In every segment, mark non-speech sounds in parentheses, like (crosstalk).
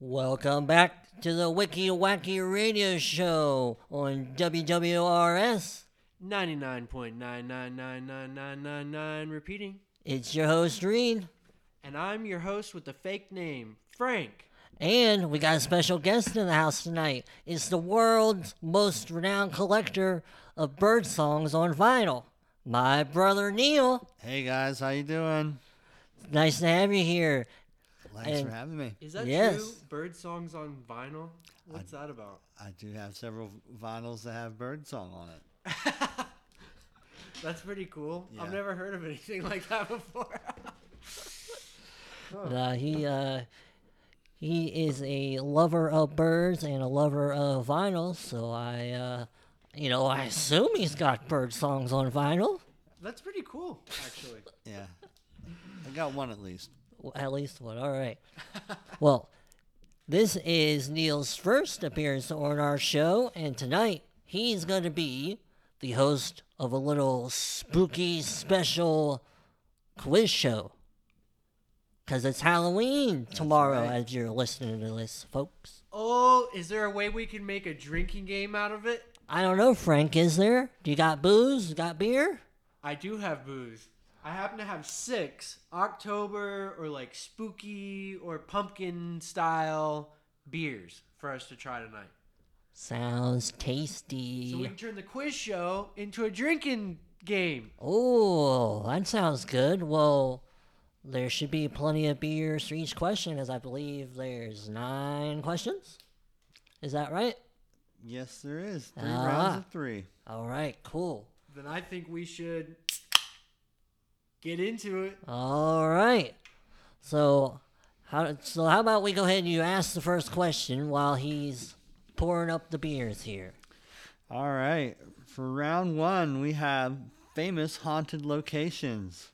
Welcome back to the Wiki Wacky Radio Show on WWRS. 99.9999999 repeating. It's your host, Reed. And I'm your host with the fake name, Frank. And we got a special guest in the house tonight. It's the world's most renowned collector of bird songs on vinyl, my brother Neil. Hey guys, how you doing? Nice to have you here. Thanks for And- having me. Is that true? Yes. Bird songs on vinyl? What's that about? I do have several vinyls that have birdsong on it. That's pretty cool. I've Yeah. never heard of anything (laughs) like that before. But, uh, he uh, he is a lover of birds and a lover of vinyl. So I, uh, you know, I assume he's got bird songs on vinyl. That's pretty cool, (laughs) actually. Yeah, I got one at least. Well, At least one. All (laughs) right. well, this is Neil's first appearance on our show, and tonight he's going to be the host of a little spooky special quiz show. Because it's Halloween tomorrow right. as you're listening to this, folks. Oh, is there a way we can make a drinking game out of it? I don't know, Frank, is there? Do you got booze? You got beer? I do have booze. I happen to have six October or like spooky or pumpkin style beers for us to try tonight. Sounds So we tasty. can turn the quiz show into a drinking game. Oh, that sounds good. Well, there should be plenty of beers for each question, as I believe there's nine questions. Is that right? Yes, there is three rounds Ah. of three. All right, cool. Then I think we should get into it. All right. So, how so? How about we go ahead and you ask the first question while he's pouring up the beers here? All right, for round one, we have famous haunted locations.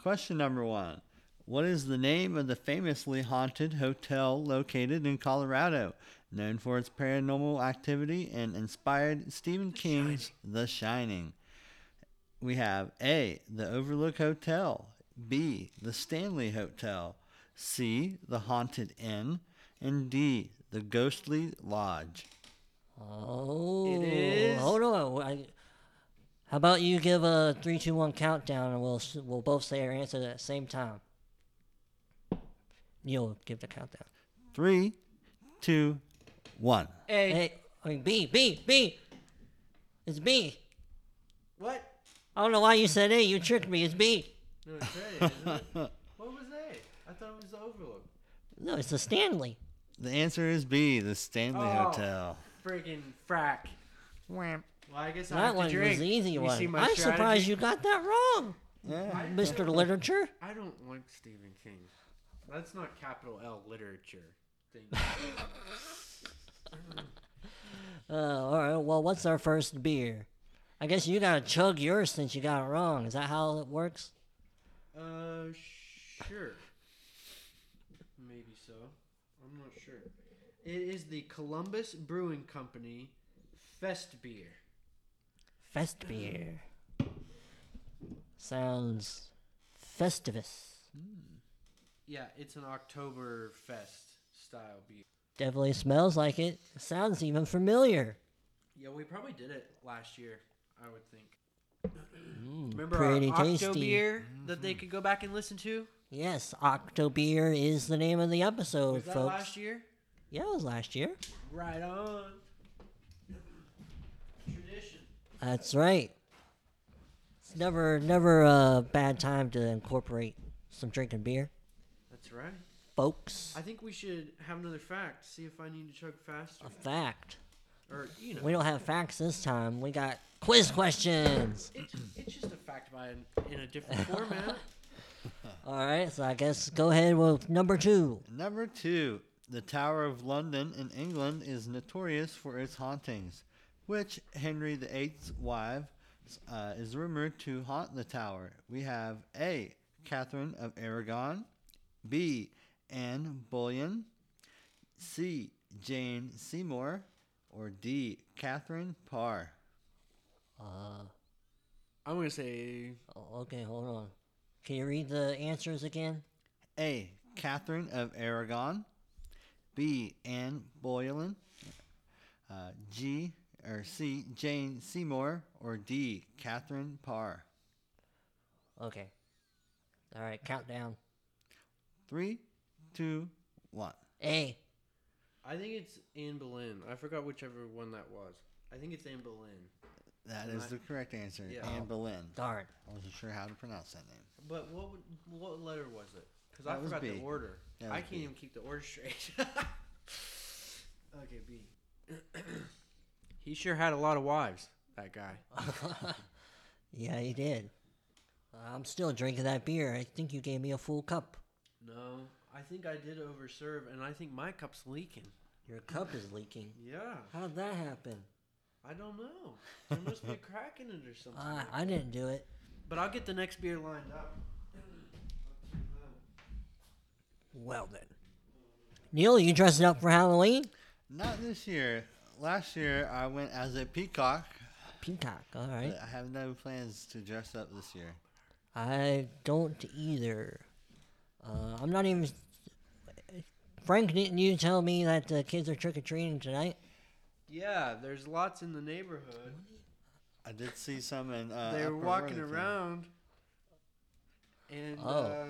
Question number one: What is the name of the famously haunted hotel located in Colorado, known for its paranormal activity and inspired Stephen King's The Shining? We have A, the Overlook Hotel, B, the Stanley Hotel, C, the Haunted Inn, and D, the Ghostly Lodge. Oh, is- Hold on. I, how about you give a three, two, one countdown, and we'll s- we'll both say our answer at the same time. You'll give the countdown. Three, two, one. A. Hey, I mean B, B, B. It's B. What? I don't know why you said A. You tricked me. It's B. No, it's A, isn't it? (laughs) What was A? I thought it was the Overlook. No, it's the Stanley. The answer is B, the Stanley Oh. Hotel. Friggin' frack. Well, I guess I that have one to drink. was the easy you one. See my I'm strategy? surprised you got that wrong, Yeah. Mr. Literature. I don't like Stephen King. That's not capital L literature. Thing. Uh, all right. Well, what's our first beer? I guess you gotta chug yours since you got it wrong. Is that how it works? uh, sure. Maybe so. I'm not sure. It is the Columbus Brewing Company Fest Beer. Fest beer. Sounds festivus. Yeah, it's an October Fest style beer. Definitely smells like it. Sounds even familiar. Yeah, we probably did it last year, I would think. Remember Mm, Pretty our Octo tasty. Mm-hmm. beer that they could go back and listen to? Yes, Octobeer is the name of the episode, Was that folks. last year? Yeah, it was last year. Right on. Tradition. That's right. It's never never a bad time to incorporate some drinking beer, That's right. folks. I think we should have another fact. See if I need to chug faster. A fact. Or, you know, We don't have facts this time. We got quiz questions. it's, it's just a fact by in, in (laughs) a different format. All right, so I guess go ahead with number two. Number two, the Tower of London in England is notorious for its hauntings, which Henry VIII's wife uh, is rumored to haunt the tower. We have A. Catherine of Aragon, B. Anne Boleyn, C. Jane Seymour, or D. Catherine Parr. Uh, I'm going to say Oh, okay, hold on. Can you read the answers again? A. Catherine of Aragon. B. Anne Boylan. Uh, G. Or C. Jane Seymour. Or D. Catherine Parr. Okay. All right, countdown. Three, two, one. A. I think it's Anne Boleyn. I forgot whichever one that was. I think it's Anne Boleyn. That is the correct answer. Yeah. Anne Boleyn. Darn. (laughs) I wasn't sure how to pronounce that name. But what would, what letter was it? Because That I was forgot the B. order. That I was can't B. even keep the order straight. (laughs) okay, B. he sure had a lot of wives. That guy. yeah, you did. I'm still drinking that beer. I think you gave me a full cup. No, I think I did overserve, and I think my cup's leaking. Your cup is leaking. Yeah, How'd that happen? I don't know. There must be a crack in it or something. I, I didn't do it. But I'll get the next beer lined up. Well then. Neil, you dressing up for Halloween? Not this year. Last year I went as a peacock. Peacock, all right. But I have no plans to dress up this year. I don't either. Uh, I'm not even. Frank, didn't you tell me that the kids are trick or treating tonight? Yeah, there's lots in the neighborhood. I did see some in. Uh, they were Upper walking Worthington. around, and Oh. uh,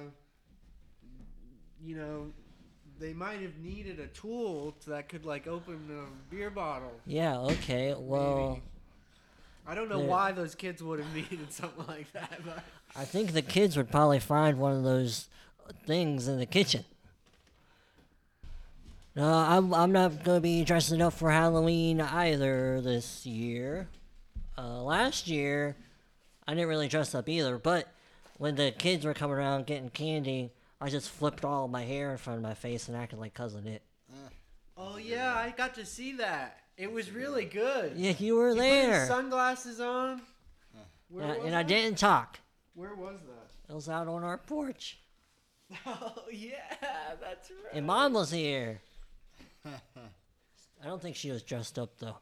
you know, they might have needed a tool that could like open a beer bottle. Yeah, okay. Well, Maybe. I don't know There- why those kids would have (laughs) needed something like that, but I think the kids would probably find one of those things in the kitchen. No, I'm, I'm not going to be dressing up for Halloween either this year. Uh, last year, I didn't really dress up either, but when the kids were coming around getting candy, I just flipped all my hair in front of my face and acted like Cousin It. oh yeah, I got to see that. It was really good. Yeah, you were Put his there. Sunglasses on. Where And I- was and I that? didn't talk. Where was that? It was out on our porch. Oh (laughs) yeah, that's right. And mom was here. I don't think she was dressed up though.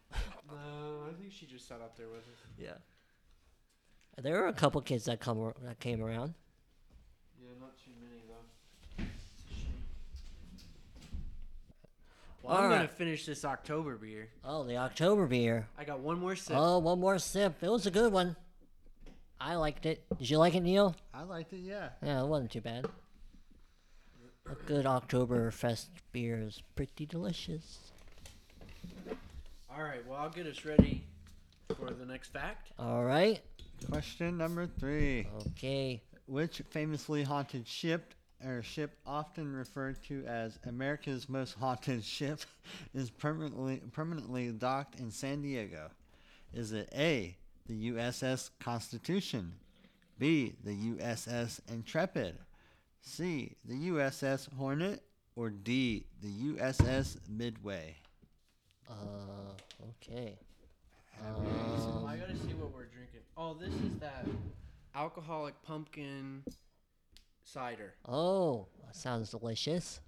No, Uh, I think she just sat up there with us. Yeah. There were a couple kids that come ar- that came around. Yeah, not too many though. It's a shame. Well, I'm All gonna right. finish this October beer. Oh, the October beer. I got one more sip. Oh, one more sip. It was a good one. I liked it. Did you like it, Neil? I liked it, yeah. Yeah, it wasn't too bad. A good Oktoberfest beer is pretty delicious. All right, well I'll get us ready for the next fact. All right. Question number three. Okay. Which famously haunted ship, or ship often referred to as America's most haunted (laughs) ship, is permanently permanently docked in San Diego? Is it A, the USS Constitution, B, the USS Intrepid, C, the USS Hornet, or D, the USS Midway? Uh, okay. Um. I gotta see what we're drinking. Oh, this is that alcoholic pumpkin cider. Oh, that sounds delicious.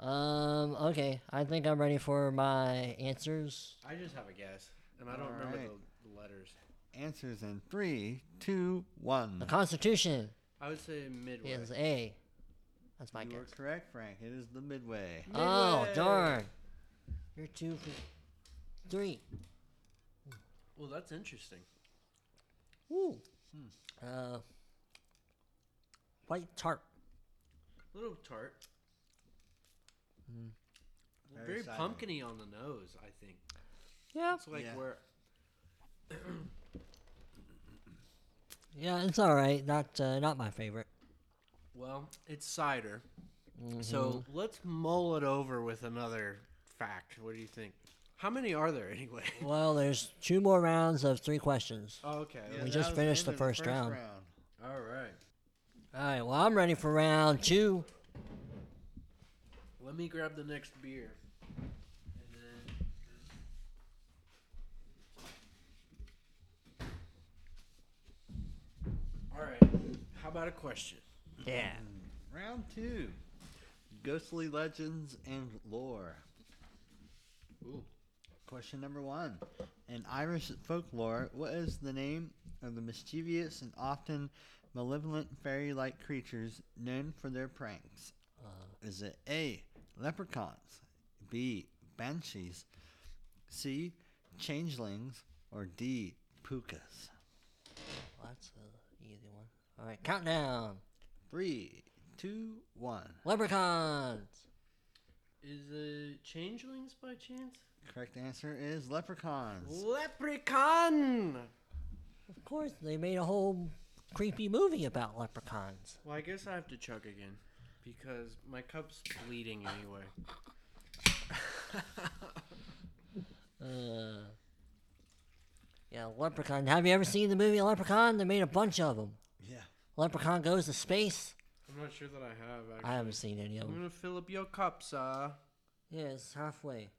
Um, okay. I think I'm ready for my answers. I just have a guess, and I don't All remember right. the, the letters. Answers in three, two, one. The Constitution I would say midway. is A. That's my You guess. are correct, Frank. It is the Midway. Oh, Midway. darn. You're two for three. Well, that's interesting. Woo. Hmm. Uh, white tart. little tart. Well, Mm-hmm. Very Very, cider. pumpkiny on the nose, I think. Yeah. It's like Yeah. where Yeah, it's all right. Not uh, not my favorite. well, it's cider. So let's mull it over with another fact. What do you think? How many are there (laughs) anyway? Mm-hmm. Well, there's two more rounds of three questions. Oh, okay. Yeah, We that just was the finished end the of first round. All right. All right. Well, I'm ready for round two. Let me grab the next beer. And then All right. How about a question? Yeah. Round two Ghostly Legends and Lore. Ooh. Question number one In Irish folklore, what is the name of the mischievous and often malevolent fairy like creatures known for their pranks? Uh, Is it A, leprechauns, B. Banshees, C. Changelings, or D. Pukas. Well, that's an easy one. All right, countdown. Three, two, one. Leprechauns. Is it changelings by chance? Correct answer is leprechauns. Leprechaun. Of course, they made a whole creepy movie about leprechauns. Well, I guess I have to chug again because my cup's bleeding anyway. Uh, yeah, Leprechaun. Have you ever seen the movie Leprechaun? They made a bunch of them. Yeah. Leprechaun goes to space. I'm not sure that I have. Actually. I haven't seen any of I'm them. gonna fill up your cup, sir. Yeah, it's halfway.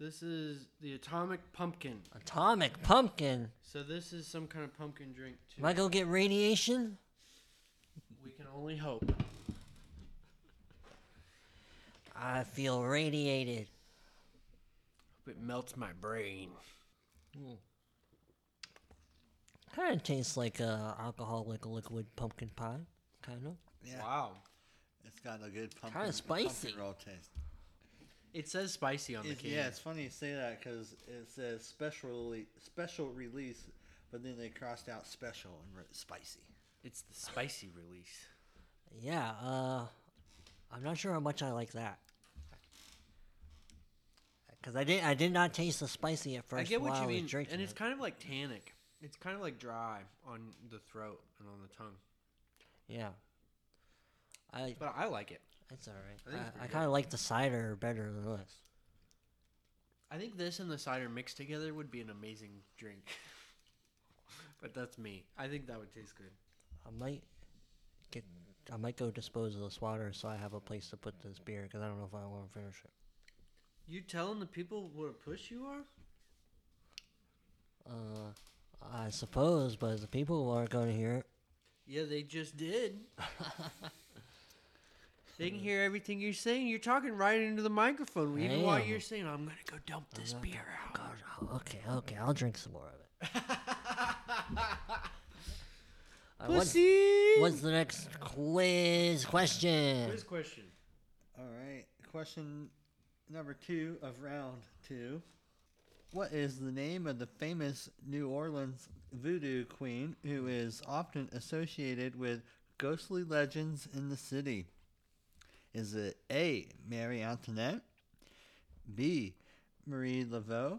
This is the atomic pumpkin. Atomic pumpkin. So this is some kind of pumpkin drink too. Am I gonna get radiation? we can only hope. I feel radiated. It melts my brain. Kind of tastes like uh, alcoholic liquid pumpkin pie. Kind of. Yeah. Wow. It's got a good pumpkin, Kinda spicy. pumpkin roll taste. It says spicy on the It's- can. yeah, it's funny you say that because it says special special release, but then they crossed out special and wrote spicy. It's the spicy release. Yeah. Uh, I'm not sure how much I like that. Cause I did. I did not taste the spicy at first. I get what while you was mean, drinking and it's it. kind of like tannic. It's kind of like dry on the throat and on the tongue. yeah. I. But I like it. It's all I right. think it's I, I pretty kind of like the cider better than this. I think this and the cider mixed together would be an amazing drink. (laughs) but that's me. I think that would taste good. I might get. I might go dispose of this water so I have a place to put this beer because I don't know if I want to finish it. You telling the people what a push you are? Uh, I suppose, but the people aren't going to hear it. Yeah, they just (laughs) did. they can hear everything you're saying. You're talking right into the microphone, even while Damn. you're saying, "I'm gonna go dump this beer out." God, oh, okay, okay, I'll drink some more of it. (laughs) Uh, what- Pussy. what's the next quiz question? Quiz question. All right, question number two of round two. What is the name of the famous New Orleans voodoo queen who is often associated with ghostly legends in the city? Is it A. Mary Antoinette, B. Marie Laveau,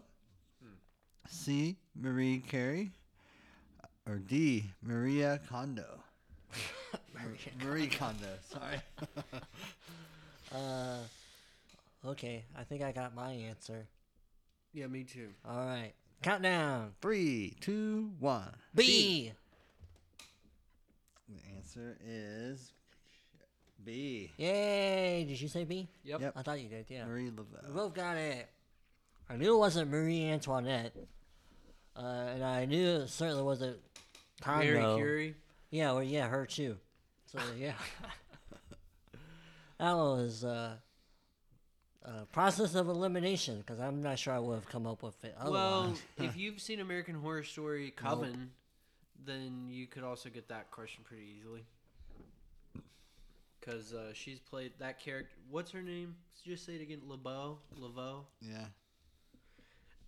C. Marie Carey, or D. Maria Kondo? Marie Kondo, sorry. (laughs) Uh, okay, I think I got my answer. Yeah, me too. All right, countdown. Three, two, one. B. The answer is B. Yay! Did you say B? Yep. Yep. I thought you did. Yeah. Marie We Laveau. both got it. I knew it wasn't Marie Antoinette, uh, and I knew it certainly wasn't Kondo. Mary Curie. Yeah, well, yeah, her too. So yeah, that one was uh, uh, process of elimination because I'm not sure I would have come up with it (laughs) Well, otherwise. if you've seen American Horror Story Coven, then you could also get that question pretty easily. Because uh, she's played that character. What's her name? Just say it again. LeBeau. LeBeau. Yeah.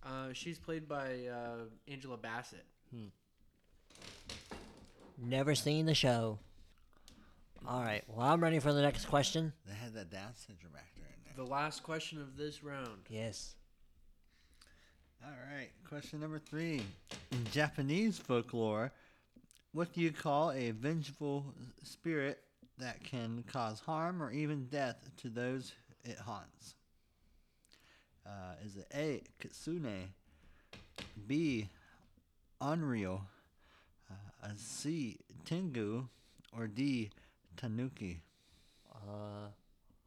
Uh, she's played by uh, Angela Bassett. Never seen the show. All right. Well, I'm ready for the next question. They had that Down syndrome actor in there. The last question of this round. Yes. All right. Question number three. In Japanese folklore, what do you call a vengeful spirit that can cause harm or even death to those it haunts? Uh, is it A. Kitsune? B. Unreal? Uh, C. Tengu? Or D. Tanuki? Uh,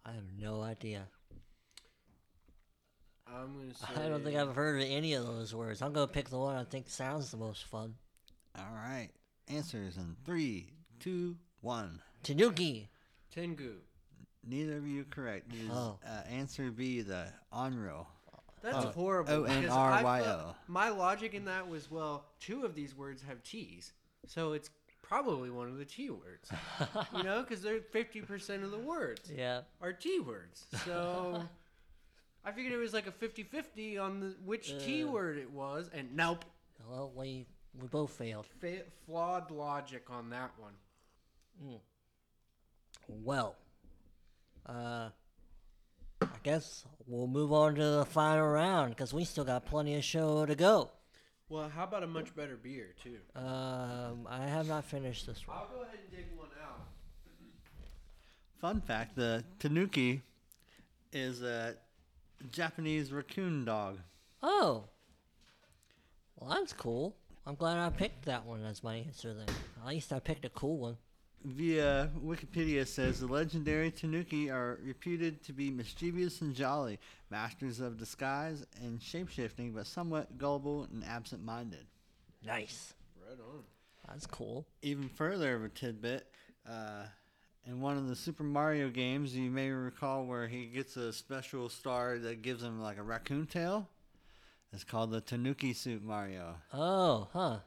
I have no idea. I'm gonna say. (laughs) I don't think I've heard of any of those words. I'm gonna pick the one I think sounds the most fun. All right. Answers in three, two, one. Tanuki. Tengu. Neither of you correct. It is, Oh. uh, answer B, the onro. That's Oh, horrible. because I O-N-R-Y-O. felt- My logic in that was well, two of these words have T's, so it's probably one of the T words. you know, because they're fifty percent of the words Yeah. are T words. So I figured it was like a 50-50 on the, which T word it was, and nope, Well, we we both failed. fa- flawed logic on that one. Well, uh, I guess we'll move on to the final round because we still got plenty of show to go. Well, how about a much better beer too? Um, I have not finished this one. I'll go ahead and dig one out. Fun fact the tanuki is a Japanese raccoon dog. Oh, well, that's cool. I'm glad I picked that one as my answer then. At least I picked a cool one. Via Wikipedia says the legendary tanuki are reputed to be mischievous and jolly, masters of disguise and shapeshifting, but somewhat gullible and absent minded. Nice. Right on. That's cool. even further of a tidbit. Uh, in one of the Super Mario games, you may recall where he gets a special star that gives him like a raccoon tail. It's called the Tanuki Suit Mario. Oh, huh.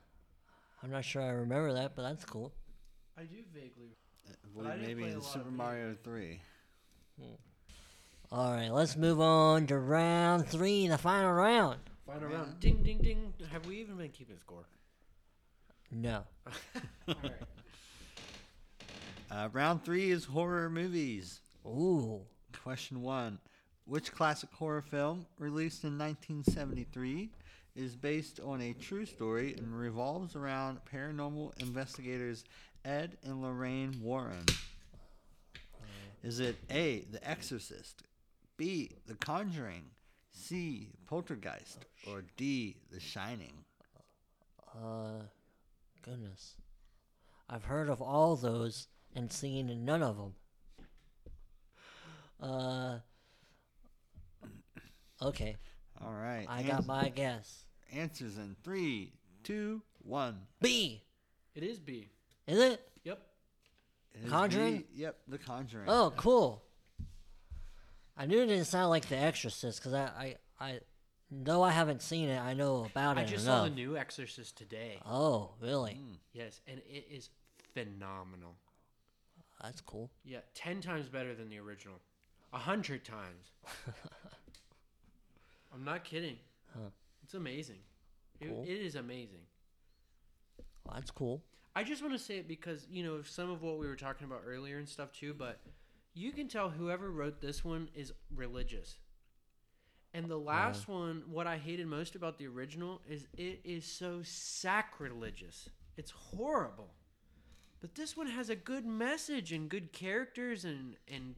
I'm not sure I remember that, but that's cool. I do vaguely. I I believe didn't maybe play a in lot Super of video Mario 3. All right, let's move on to round three, the final round. Final round. Oh, Ding ding ding. Have we even been keeping score? No. All right. Uh, round three is horror movies. Ooh. Question one Which classic horror film, released in 1973, is based on a true story and revolves around paranormal investigators Ed and Lorraine Warren? Is it A, The Exorcist, B, The Conjuring, C, Poltergeist, or D, The Shining? Uh, goodness. I've heard of all those and seen none of them. Uh, okay, All right. I got ans- my guess. answers in three, two, one. B, It is B. is it? Yep. It is Conjuring? B. yep, The Conjuring. Oh, cool. I knew it didn't sound like The Exorcist because I, I, I, though I haven't seen it, I know about it. I just saw enough. the new Hmm. Exorcist today. Oh, really? Yes, and it is phenomenal. That's cool. Yeah, ten times better than the original. A hundred (laughs) times. I'm not kidding. Huh. It's amazing. It, Cool. it is amazing. Well, that's cool. I just want to say it because you know some of what we were talking about earlier and stuff too, but you can tell whoever wrote this one is religious. And the last one, what I hated most about the original is it is so sacrilegious. It's horrible. But this one has a good message and good characters and and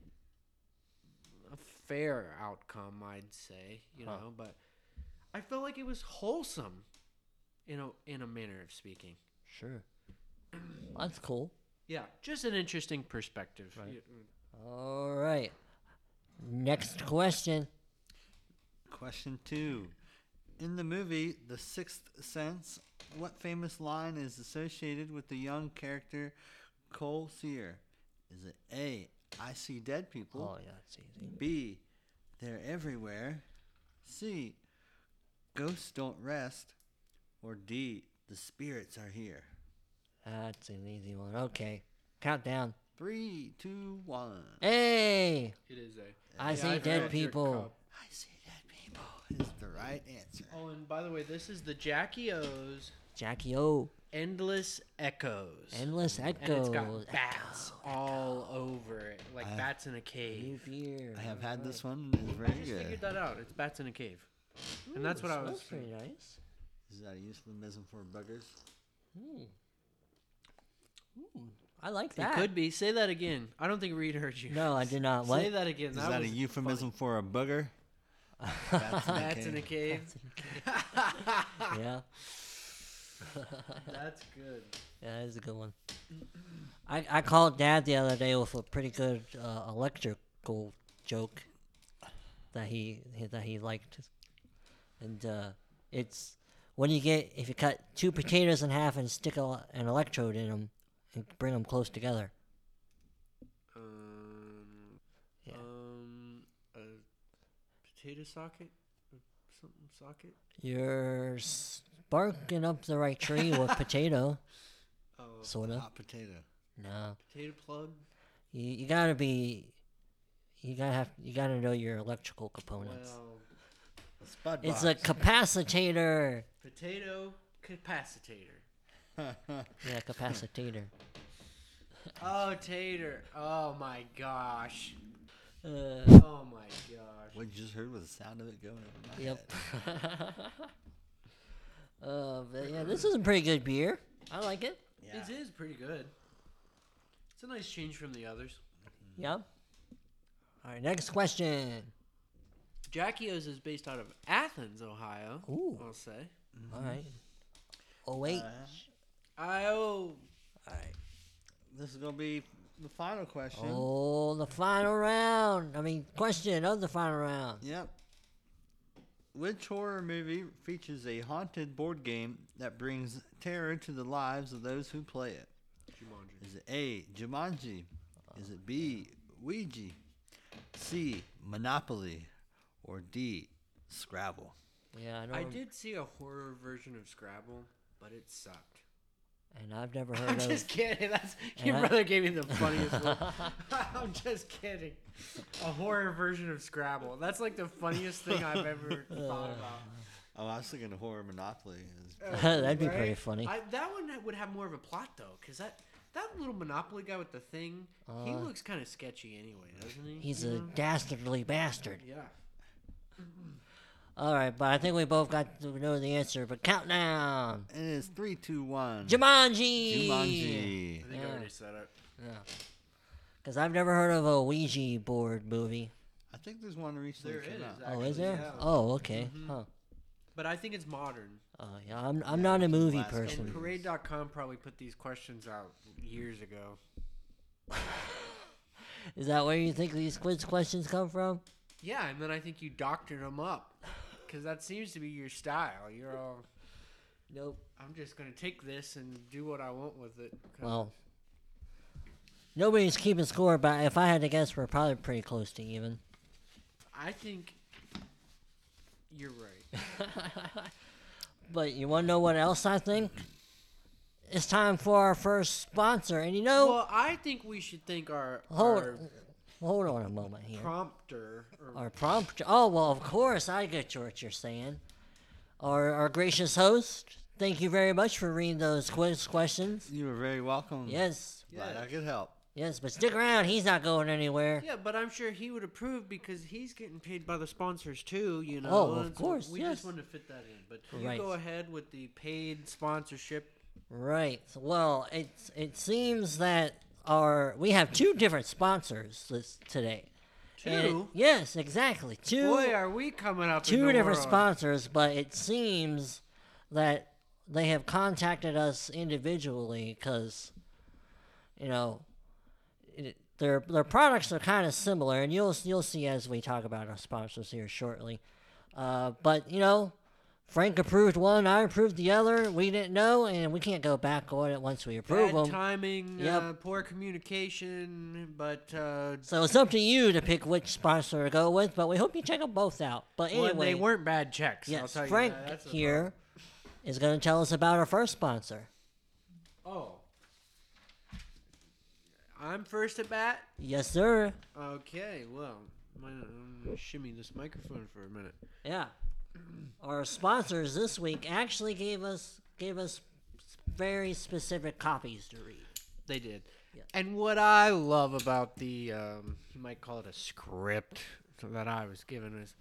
a fair outcome, I'd say, you Huh. know, but I felt like it was wholesome in a in a manner of speaking. Sure. Well, that's cool. Yeah, just an interesting perspective. All right. Next question. Question two. In the movie The Sixth Sense, what famous line is associated with the young character Cole Sear? Is it A, I see dead people? Oh yeah, it's easy. B, they're everywhere? C, ghosts don't rest? Or D, the spirits are here? That's an easy one. Okay. Countdown. Three, two, one. Hey, It is a. I see dead people. I see dead people is the right answer. Oh, and by the way, this is the Jackie O's Jackie O. Endless Echoes. Endless and echoes. Ah, it's got bats all over it, like bats in a cave. New beer. I have had this one and it's I very just figured good. that out. It's bats in a cave. and that's what I was. That's pretty nice. Is that a euphemism for buggers? Hmm. I like It that. could be. Say that again. I don't think Reed heard you. No, I did not. What? Say that again. Is that a was euphemism for a booger? (laughs) funny. (laughs) Bats in a cave. Yeah, That's good. yeah, that is a good one. I I called Dad the other day with a pretty good uh, electrical joke that he that he liked, and uh, it's when you get if you cut two potatoes in half and stick a, an electrode in them and bring them close together. Um, Yeah. um, a potato socket, or something socket. You're sparking up the right tree with potato. Oh, sorta. Hot potato. No, potato plug. you, you gotta be, you gotta have, you gotta know your electrical components. Well, A spud it's a capacitator. potato capacitator. Yeah, capacitator. Oh, tater. Oh my gosh. Uh, Oh my gosh. (laughs) what you just heard was the sound of it going over my (laughs) yep. uh, but yeah, this is a pretty good beer. I like it. head. This is pretty good. It's a nice change from the others. Yep. All right, next question. Jackie E O's is based out of Athens, Ohio. Ooh. I'll say. All right. Oh wait. Uh, I oh All right. this is gonna be the final question. Oh, the final round. I mean, question of the final round. Yep. Which horror movie features a haunted board game that brings terror to the lives of those who play it? Jumanji. Is it A. Jumanji? Is it Oh, B. Ouija? C. Monopoly? Or D. Scrabble? Yeah, I know. I did see a horror version of Scrabble, but it sucked. And I've never heard I'm of. just kidding. That's your I- brother gave me the funniest one. (laughs) I'm just kidding. A horror version of Scrabble. That's like the funniest thing I've (laughs) ever thought about. Oh, I was thinking of horror Monopoly. (laughs) is- That'd be pretty funny. I, that one would have more of a plot though, because that that little Monopoly guy with the thing, he Uh, looks kind of sketchy anyway, doesn't he? He's You a know? dastardly bastard. yeah. All right, but I think we both got to know the answer. But countdown. It is three, two, one. Jumanji. Jumanji. I think Yeah. I already said it. Because I've never heard of a Ouija board movie. I think there's one recently There came is, out. oh, is Actually, there? yeah. Oh, okay. Huh. But I think it's modern. Oh, yeah. I'm I'm not a movie last person. And Parade.com probably put these questions out years ago. Is that where you think these quiz questions come from? Yeah, and then I think you doctored them up, because that seems to be your style. You're all, Nope. I'm just gonna take this and do what I want with it. kinda. Well, nobody's keeping score, but if I had to guess, we're probably pretty close to even. I think (laughs) you're right. But you want to know what else I think? It's time for our first sponsor, and you know, well, I think we should thank our, Hold- our hold on a moment here. prompter. Or, Our prompt. Oh well, of course I get you what you're saying. Our our gracious host, thank you very much for reading those quiz questions. You were very welcome. Yes, Glad Yeah. I could help. yes, but stick around. He's not going anywhere. yeah, but I'm sure he would approve because he's getting paid by the sponsors too. You know. Oh, of and so course, We yes. just wanted to fit that in, but you Right. go ahead with the paid sponsorship. Right. Well, it's it seems that our we have two different sponsors this, today. And it- Two. yes, exactly. Two. Boy, are we coming up in two the different world. sponsors, but it seems that they have contacted us individually because, you know, it, their their products are kind of similar, and you'll you'll see as we talk about our sponsors here shortly. Uh, but you know, Frank approved one, I approved the other. We didn't know, and we can't go back on it once we approve Bad them. timing, Yep. uh, poor communication, but uh, So it's up to you to pick which sponsor to go with, but we hope you check them both out. But well, anyway, they weren't bad checks. I'll Yes, tell Frank you that. That's a here is going to tell us about our first sponsor. problem. Oh, I'm first at bat. Yes, sir. Okay, well, my, I'm gonna shimmy this microphone for a minute. Yeah, our sponsors this week actually gave us gave us very specific copies to read. They did. And what I love about the, um, you might call it a script that I was given is,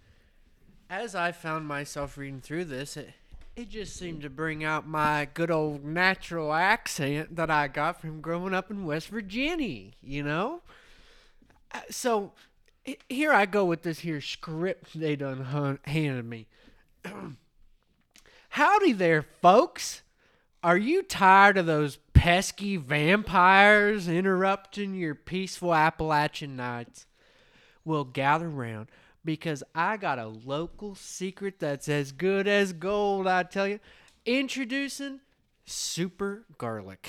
as I found myself reading through this, it, it just seemed to bring out my good old natural accent that I got from growing up in West Virginia, you know? Uh, So h- here I go with this here script they done hun- handed me. (clears throat) Howdy there, folks. Are you tired of those pesky vampires interrupting your peaceful Appalachian nights? Well, gather round because I got a local secret that's as good as gold, I tell you. Introducing super garlic.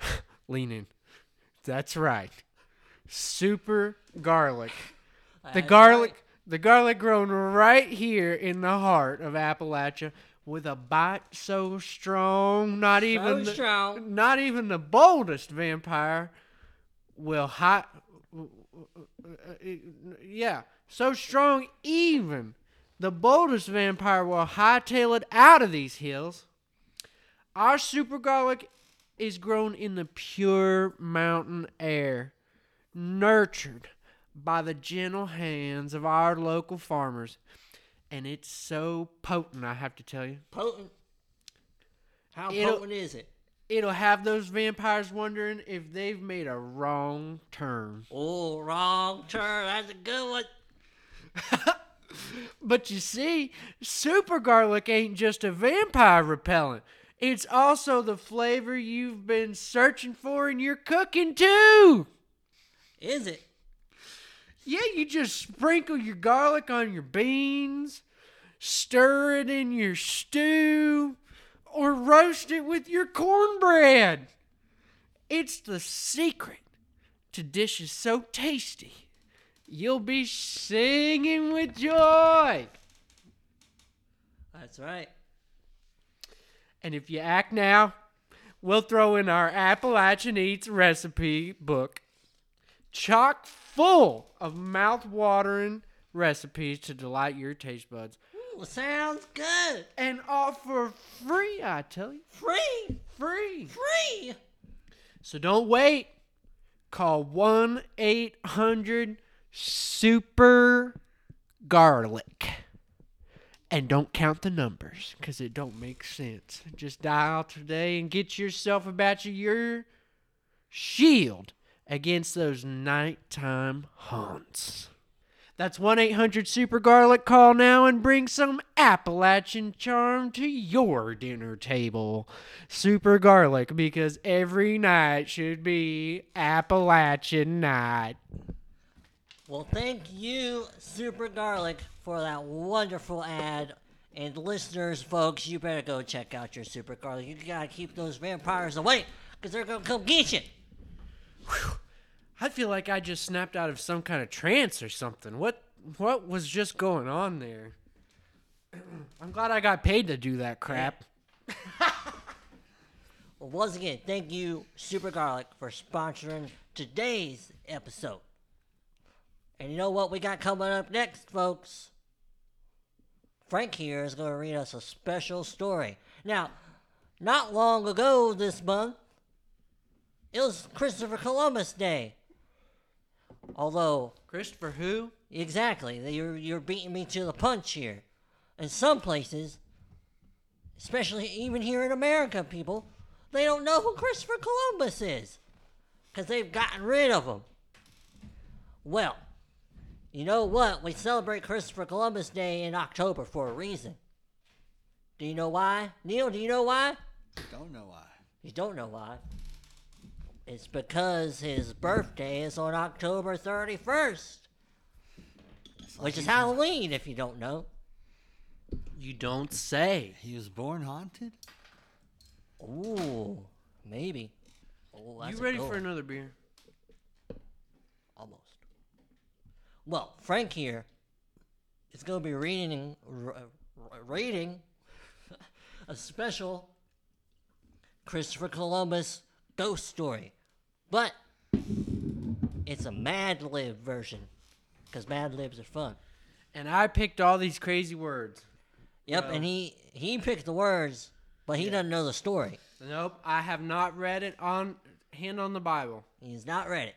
(laughs) Lean in. That's right. Super garlic. The That's garlic, the garlic grown right here in the heart of Appalachia with a bite so strong, not even the, strong. not even the boldest vampire will hot. Yeah, so strong even the boldest vampire will hightail it out of these hills. Our super garlic is grown in the pure mountain air, nurtured by the gentle hands of our local farmers. And it's so potent, I have to tell you. Potent. How It'll- potent is it? It'll have those vampires wondering if they've made a wrong turn. Oh, wrong turn. That's a good one. But you see, super garlic ain't just a vampire repellent. It's also the flavor you've been searching for in your cooking too. Is it? Yeah, you just sprinkle your garlic on your beans, stir it in your stew, or roast it with your cornbread. It's the secret to dishes so tasty. You'll be singing with joy. That's right. And if you act now, we'll throw in our Appalachian Eats recipe book, chock full of mouth-watering recipes to delight your taste buds, Ooh, sounds good. and all for free. I tell you, Free. free. Free. So don't wait. Call one eight hundred super garlic. And don't count the numbers because it don't make sense. Just dial today and get yourself a batch of your shield against those nighttime haunts. That's 1 800 Super Garlic. Call now and bring some Appalachian charm to your dinner table. Super Garlic, because every night should be Appalachian night. Well, thank you, Super Garlic, for that wonderful ad. And listeners, folks, you better go check out your Super Garlic. You gotta keep those vampires away, because they're gonna come get you. I feel like I just snapped out of some kind of trance or something. What what was just going on there? (clears throat) I'm glad I got paid to do that crap. Well, once again, thank you, Super Garlic, for sponsoring today's episode. And you know what we got coming up next, folks? Frank here is going to read us a special story. Now, not long ago this month, it was Christopher Columbus Day. Although, Christopher who? exactly, you're, you're beating me to the punch here. In some places, especially even here in America, people, they don't know who Christopher Columbus is because they've gotten rid of him. Well, you know what? We celebrate Christopher Columbus Day in October for a reason. Do you know why? Neil, do you know why? Don't know why. You don't know why. It's because his birthday is on October 31st, which is Halloween, if you don't know. You don't say. He was born haunted? Ooh, maybe. Ooh, that's you a ready good for one. another beer? Almost. Well, Frank here is going to be reading, r- r- reading (laughs) a special Christopher Columbus ghost story, but it's a Mad Lib version because Mad Libs are fun. And I picked all these crazy words. Yep, and he he picked the words, but he doesn't know the story. Nope, I have not read it on hand on the Bible. He's not read it.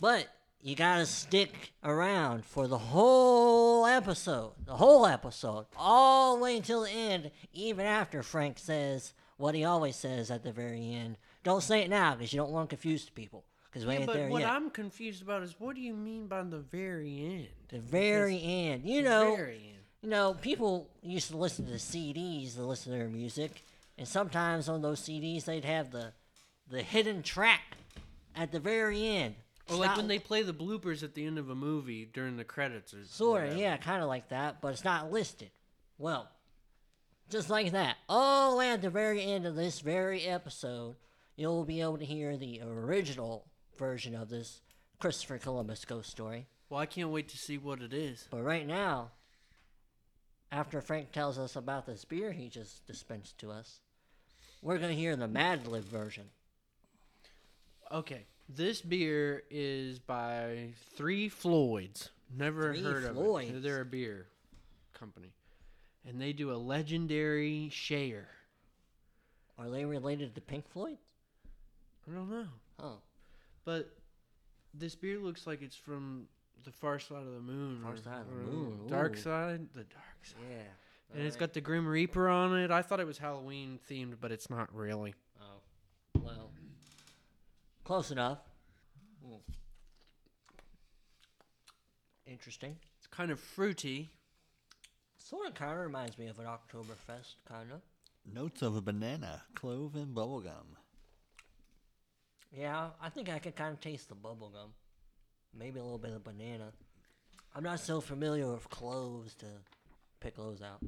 But you gotta stick around for the whole episode. The whole episode. All the way until the end, even after Frank says what he always says at the very end. Don't say it now because you don't want to confuse the people. Because we ain't But there what yet. I'm confused about is what do you mean by the very end? the very end. You know, very end. you know, people used to listen to CDs to listen to their music, and sometimes on those CDs they'd have the the hidden track at the very end. It's Or like not- when they play the bloopers at the end of a movie during the credits or Sort of, whatever. yeah, kind of like that, but it's not listed. Well, just like that, all the way at the very end of this very episode, you'll be able to hear the original version of this Christopher Columbus ghost story. Well, I can't wait to see what it is. But right now, after Frank tells us about this beer he just dispensed to us, we're going to hear the Mad Lib version. Okay, this beer is by Three Floyds. Never Three heard of Floyds. it. They're a beer company, and they do a legendary share. Are they related to Pink Floyd? I don't know, Oh, but this beer looks like it's from the far side of the moon. Far or- side of the or moon, Dark ooh. side, the dark side, yeah. and it's got the Grim Reaper on it. I thought it was Halloween themed, but it's not really. Oh, well, close enough. Mm. Interesting. It's kind of fruity. Sort of kind of reminds me of an Oktoberfest, kind of. Notes of a banana, clove, and bubblegum. Yeah, I think I could kind of taste the bubblegum. Maybe a little bit of banana. I'm not so familiar with cloves to pick those out.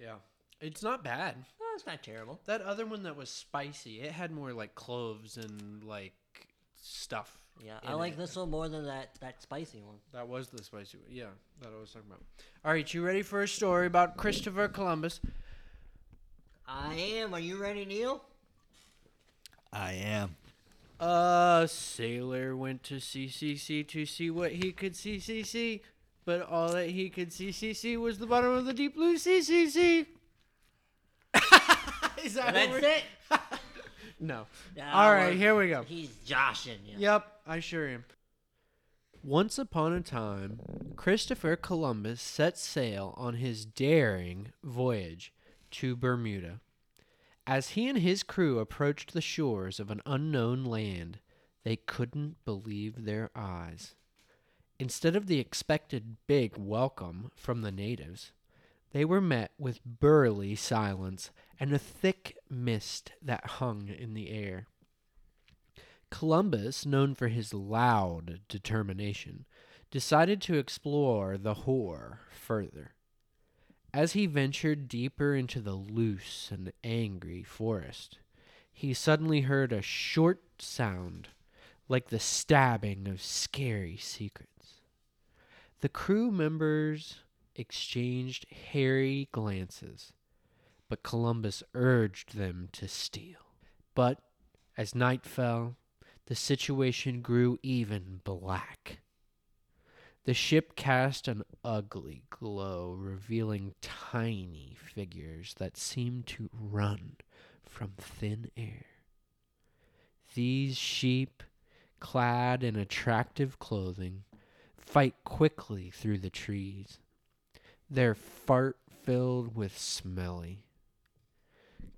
Yeah, it's not bad. No, it's not terrible. That other one that was spicy, it had more like cloves and like stuff. Yeah, in I like it. this one more than that, that spicy one. That was the spicy one. Yeah, that I was talking about. All right, you ready for a story about Christopher Columbus? I am. Are you ready, Neil? I am. A sailor went to CCC to see what he could CCC, but all that he could CCC was the bottom of the deep blue CCC. (laughs) Is that That's what (laughs) we're- it. No. Now all right, we're- here we go. He's joshing you. Yep, I sure am. Once upon a time, Christopher Columbus set sail on his daring voyage to Bermuda. As he and his crew approached the shores of an unknown land, they couldn't believe their eyes. Instead of the expected big welcome from the natives, they were met with burly silence and a thick mist that hung in the air. Columbus, known for his loud determination, decided to explore the horror further. As he ventured deeper into the loose and angry forest, he suddenly heard a short sound like the stabbing of scary secrets. The crew members exchanged hairy glances, but Columbus urged them to steal. But as night fell, the situation grew even black. The ship cast an ugly glow, revealing tiny figures that seemed to run from thin air. These sheep, clad in attractive clothing, fight quickly through the trees, their fart filled with smelly.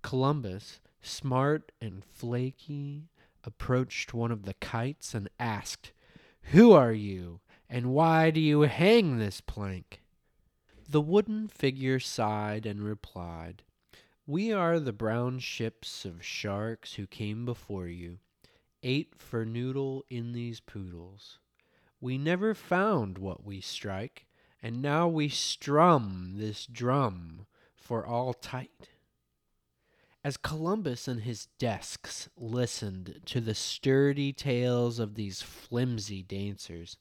Columbus, smart and flaky, approached one of the kites and asked, Who are you, and why do you hang this plank? The wooden figure sighed and replied, We are the brown ships of sharks who came before you, ate for noodle in these poodles. We never found what we strike, and now we strum this drum for all tight. As Columbus and his desks listened to the sturdy tales of these flimsy dancers,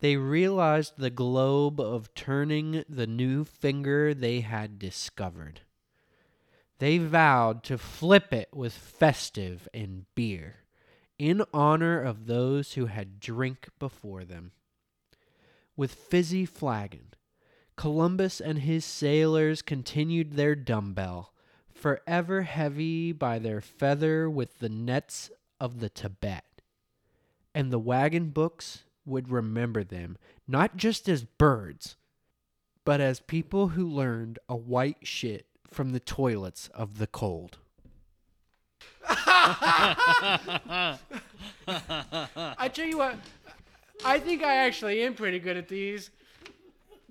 they realized the globe of turning the new finger they had discovered. They vowed to flip it with festive and beer, in honor of those who had drink before them. With fizzy flagon, Columbus and his sailors continued their dumbbell, forever heavy by their feather with the nets of the Tibet. And the wagon books would remember them not just as birds, but as people who learned a white shit from the toilets of the cold. I tell you what, I think I actually am pretty good at these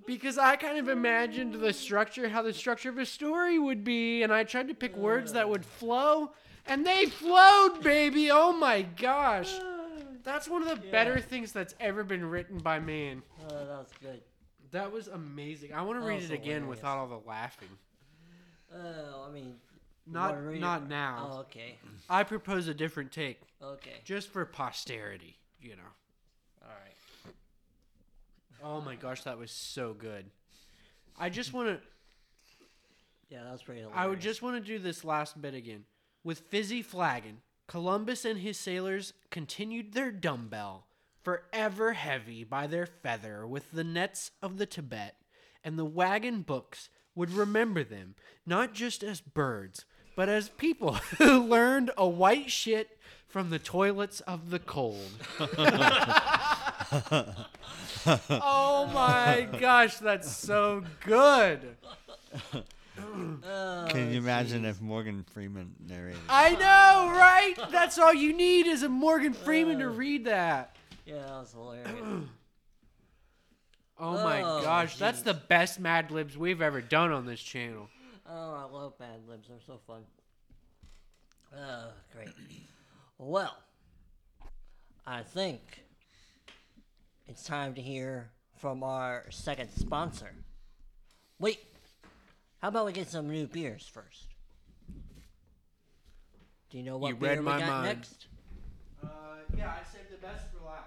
because I kind of imagined the structure, how the structure of a story would be, and I tried to pick words that would flow, and they flowed, baby. Oh my gosh. That's one of the better things that's ever been written by man. Oh, that was good. That was amazing. I want to That read was it again hilarious. without all the laughing. Oh, I mean, you Not wanna read it? not now. Oh, okay. I propose a different take Okay. just for posterity, you know. All right. Oh my gosh, that was so good. I just want to Yeah, that was pretty hilarious. I would just want to do this last bit again. With fizzy flagon, Columbus and his sailors continued their dumbbell, forever heavy by their feather with the nets of the Tibet, and the wagon books would remember them, not just as birds, but as people (laughs) who learned a white shit from the toilets of the cold. (laughs) oh my gosh, that's so good. Oh, Can you imagine if Morgan Freeman narrated? (laughs) I know, right? That's all you need is a Morgan Freeman to read that. Yeah, that was hilarious. (clears throat) Oh my Oh, gosh, that's the best Mad Libs we've ever done on this channel. oh, I love Mad Libs. They're so fun. Oh, great. Well, I think it's time to hear from our second sponsor. Wait, how about we get some new beers first? Do you know what You beer read we my got mind. next? Uh, yeah, I saved the best for last.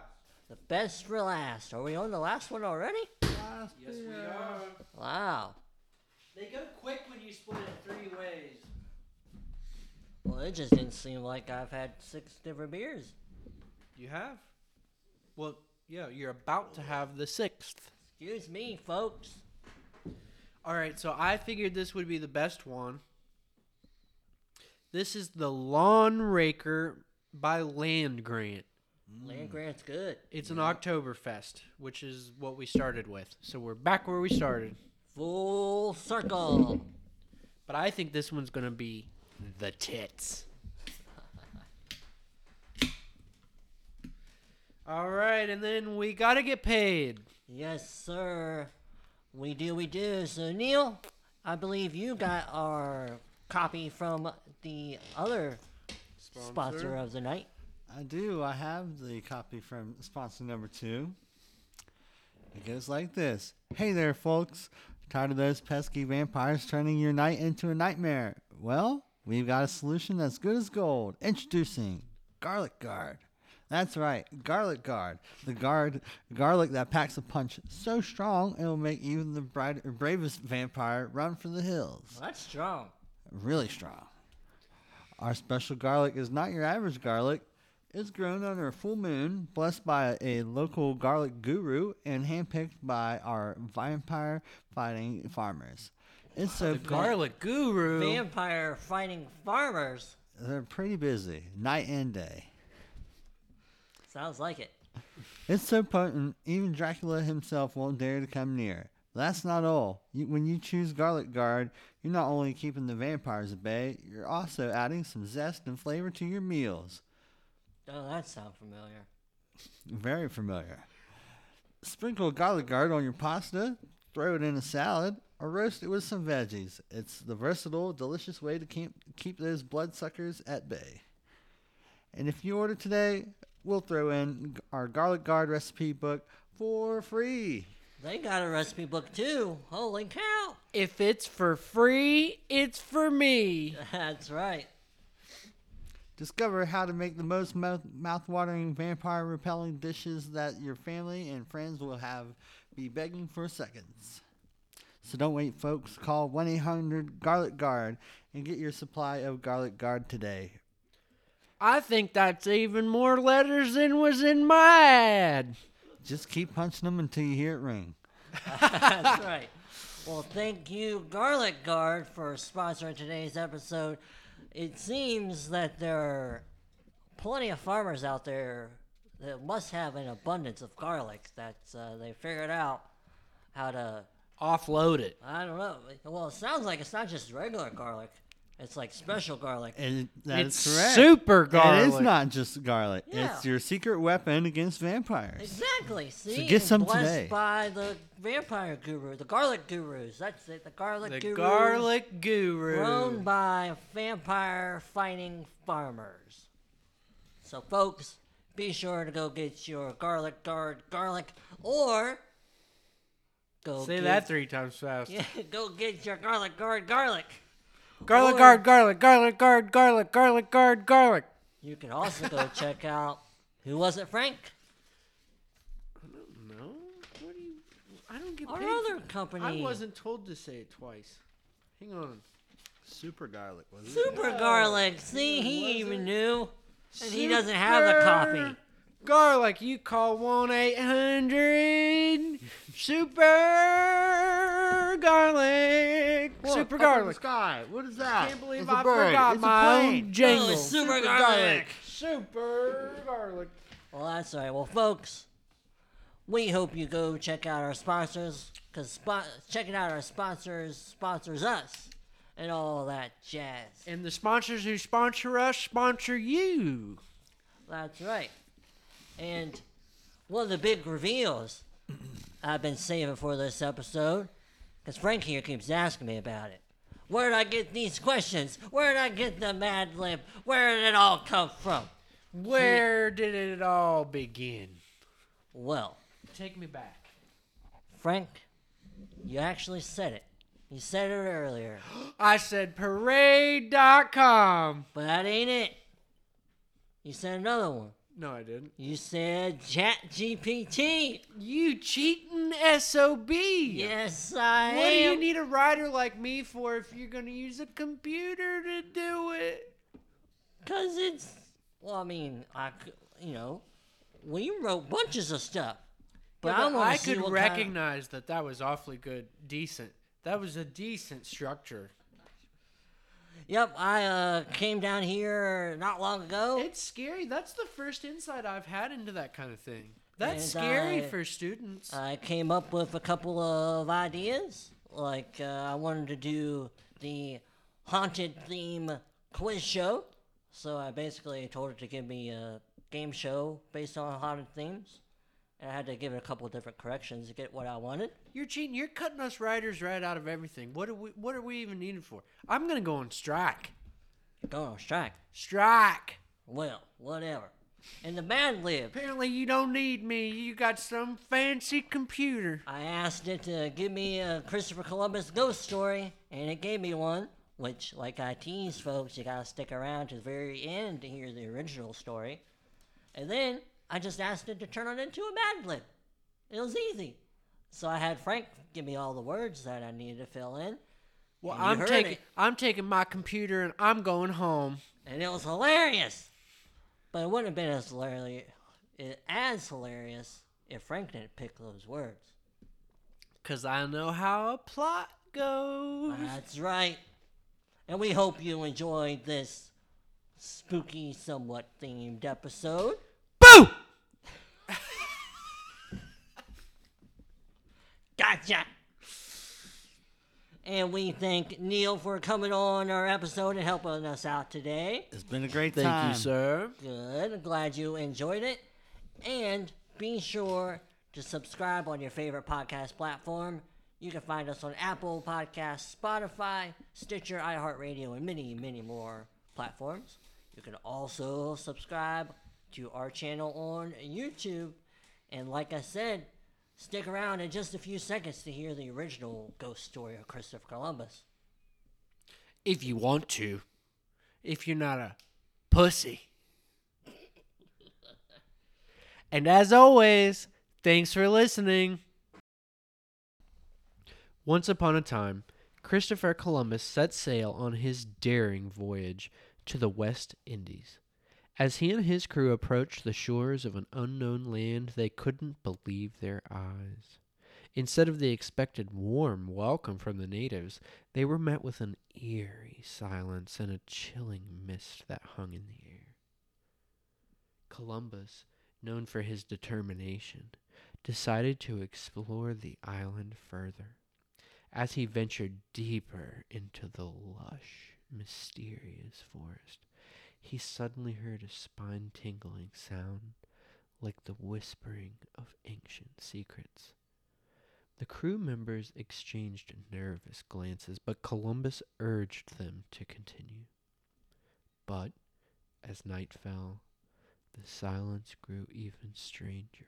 The best for last. Are we on the last one already? Yes, we are. Wow. They go quick when you split it three ways. Well, it just didn't seem like I've had six different beers. You have? Well, yeah, you're about to have the sixth. Excuse me, folks. All right, so I figured this would be the best one. This is the Lawn Raker by Land Grant. Land Grant's good. It's an Oktoberfest, which is what we started with. So we're back where we started. Full circle. But I think this one's going to be the tits. (laughs) All right, and then we got to get paid. Yes, sir. We do, we do. So, Neil, I believe you got our copy from the other sponsor, of the night. I do. I have the copy from sponsor number two. It goes like this Hey there, folks. Tired of those pesky vampires turning your night into a nightmare? Well, we've got a solution that's good as gold. Introducing Garlic Guard. That's right, Garlic Guard. The guard garlic that packs a punch so strong it will make even the bright, bravest vampire run for the hills That's strong. really strong. Our special garlic is not your average garlic. It's grown under a full moon, blessed by a local garlic guru, and handpicked by our vampire fighting farmers. It's so pretty- Garlic Guru. Vampire fighting farmers. They're pretty busy, night and day. Sounds like it. It's so potent, even Dracula himself won't dare to come near. That's not all. You, when you choose Garlic Guard, you're not only keeping the vampires at bay, you're also adding some zest and flavor to your meals. Oh, that sounds familiar. Very familiar. Sprinkle garlic guard on your pasta, throw it in a salad, or roast it with some veggies. It's the versatile, delicious way to keep, keep those bloodsuckers at bay. And if you order today, we'll throw in g- our garlic guard recipe book for free. They got a recipe book too. Holy cow! If it's for free, it's for me. That's right. Discover how to make the most mouth mouth-watering vampire-repelling dishes that your family and friends will have be begging for seconds. So don't wait, folks. Call 1-800-GARLIC-GUARD and get your supply of garlic guard today. I think that's even more letters than was in my ad. Just keep punching them until you hear it ring. That's right. Well, thank you, Garlic Guard, for sponsoring today's episode. It seems that there are plenty of farmers out there that must have an abundance of garlic that uh, they figured out how to. Offload it. I don't know. Well, it sounds like it's not just regular garlic; it's like special garlic. And that is It's correct. super It is garlic. not just garlic. Yeah. It's your secret weapon against vampires. Exactly. See, get and some blessed today. by the vampire guru, the garlic gurus. That's it. The garlic The gurus. garlic guru. grown by vampire fighting farmers. So, folks, be sure to go get your garlic guard garlic or go Say get, that three times (laughs) fast. Yeah, go get your garlic guard garlic. Garlic Or- guard, garlic, garlic guard, garlic, garlic guard, garlic. You can also (laughs) go check out who was it, Frank? No, what do you? I don't get Our paid. other for- company. I wasn't told to say it twice. Hang on. Super garlic was it? Super garlic. See, he even knew. And he doesn't have the a copy. Garlic, you call 1 800 Super Garlic. Look, up super in the Garlic. sky. What is that? Can't believe It's a I bird. forgot It's a my plane. own jingle. Oh, it's super, garlic. super Garlic. Well, that's all right. Well, folks, we hope you go check out our sponsors, because spot- checking out our sponsors sponsors us and all that jazz. And the sponsors who sponsor us sponsor you. That's right. And one of the big reveals I've been saving for this episode, because Frank here keeps asking me about it. Where did I get these questions? Where did I get the Mad Lib? Where did it all come from? Where did it all begin? Well, Take me back. Frank, you actually said it. You said it earlier, I said parade.com. but that ain't it. You said another one. No, I didn't. You said ChatGPT. You cheating SOB. Yes, I What do am. you need a writer like me for if you're going to use a computer to do it? Cause it's well, I mean, I c- you know, we wrote bunches of stuff, but Yeah, I but want to see could what Kind recognize that that was awfully good, decent. That was a decent structure. of, yep, I uh, came down here not long ago. It's scary. That's the first insight I've had into that kind of thing. That's And scary I- for students. I came up with a couple of ideas, like uh, I wanted to do the haunted theme quiz show. So I basically told it to give me a game show based on haunted themes, and I had to give it a couple of different corrections to get what I wanted. You're cheating. You're cutting us writers right out of everything. What are we? What are we even needed for? I'm gonna go on strike. Going on strike. Strike. Well, whatever. And the man lived. Apparently you don't need me. You got some fancy computer. I asked it to give me a Christopher Columbus ghost story, and it gave me one. Which, like I teased folks, you gotta stick around to the very end to hear the original story. And then I just asked it to turn it into a Mad Lib. It was easy. So I had Frank give me all the words that I needed to fill in, Well, You I'm heard taking. it. I'm taking my computer and I'm going home. and it was hilarious. But it wouldn't have been as hilarious, as hilarious if Frank didn't pick those words. Cause I know how a plot goes. That's right. And we hope you enjoyed this spooky, somewhat themed episode. Boo! (laughs) Gotcha! And we thank Neil for coming on our episode and helping us out today. It's been a great Thank time. you, sir. Good. I'm glad you enjoyed it. And be sure to subscribe on your favorite podcast platform. You can find us on Apple Podcasts, Spotify, Stitcher, iHeartRadio, and many, many more platforms. You can also subscribe to our channel on YouTube. And like I said, stick around in just a few seconds to hear the original ghost story of Christopher Columbus. If you want to. If you're not a pussy. and as always, thanks for listening. Once upon a time, Christopher Columbus set sail on his daring voyage to the West Indies. As he and his crew approached the shores of an unknown land, they couldn't believe their eyes. Instead of the expected warm welcome from the natives, they were met with an eerie silence and a chilling mist that hung in the air. Columbus, known for his determination, decided to explore the island further. As he ventured deeper into the lush, mysterious forest, he suddenly heard a spine tingling sound like the whispering of ancient secrets. The crew members exchanged nervous glances, but Columbus urged them to continue. But as night fell, the silence grew even stranger.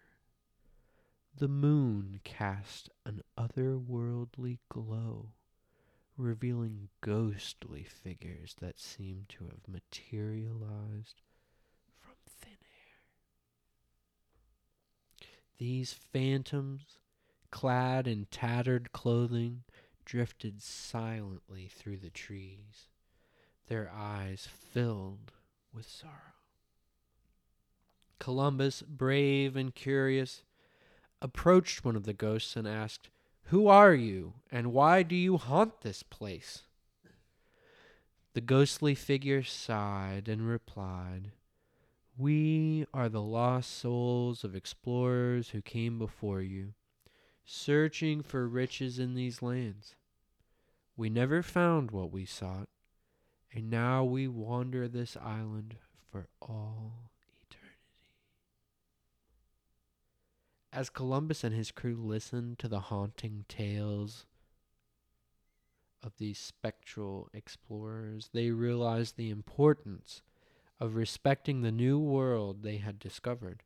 The moon cast an otherworldly glow, revealing ghostly figures that seemed to have materialized from thin air. These phantoms clad in tattered clothing, drifted silently through the trees, their eyes filled with sorrow. Columbus, brave and curious, approached one of the ghosts and asked, Who are you, and why do you haunt this place? The ghostly figure sighed and replied, We are the lost souls of explorers who came before you, searching for riches in these lands. We never found what we sought, and now we wander this island for all eternity. As Columbus and his crew listened to the haunting tales of these spectral explorers, they realized the importance of respecting the new world they had discovered.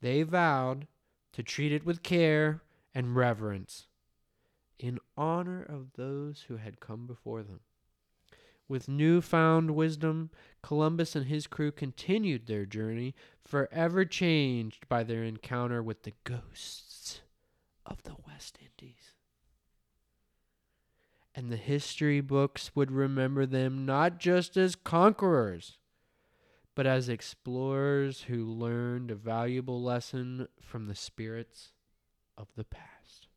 They vowed to treat it with care and reverence in honor of those who had come before them. With newfound wisdom, Columbus and his crew continued their journey, forever changed by their encounter with the ghosts of the West Indies and the history books would remember them not just as conquerors, but as explorers who learned a valuable lesson from the spirits of the past.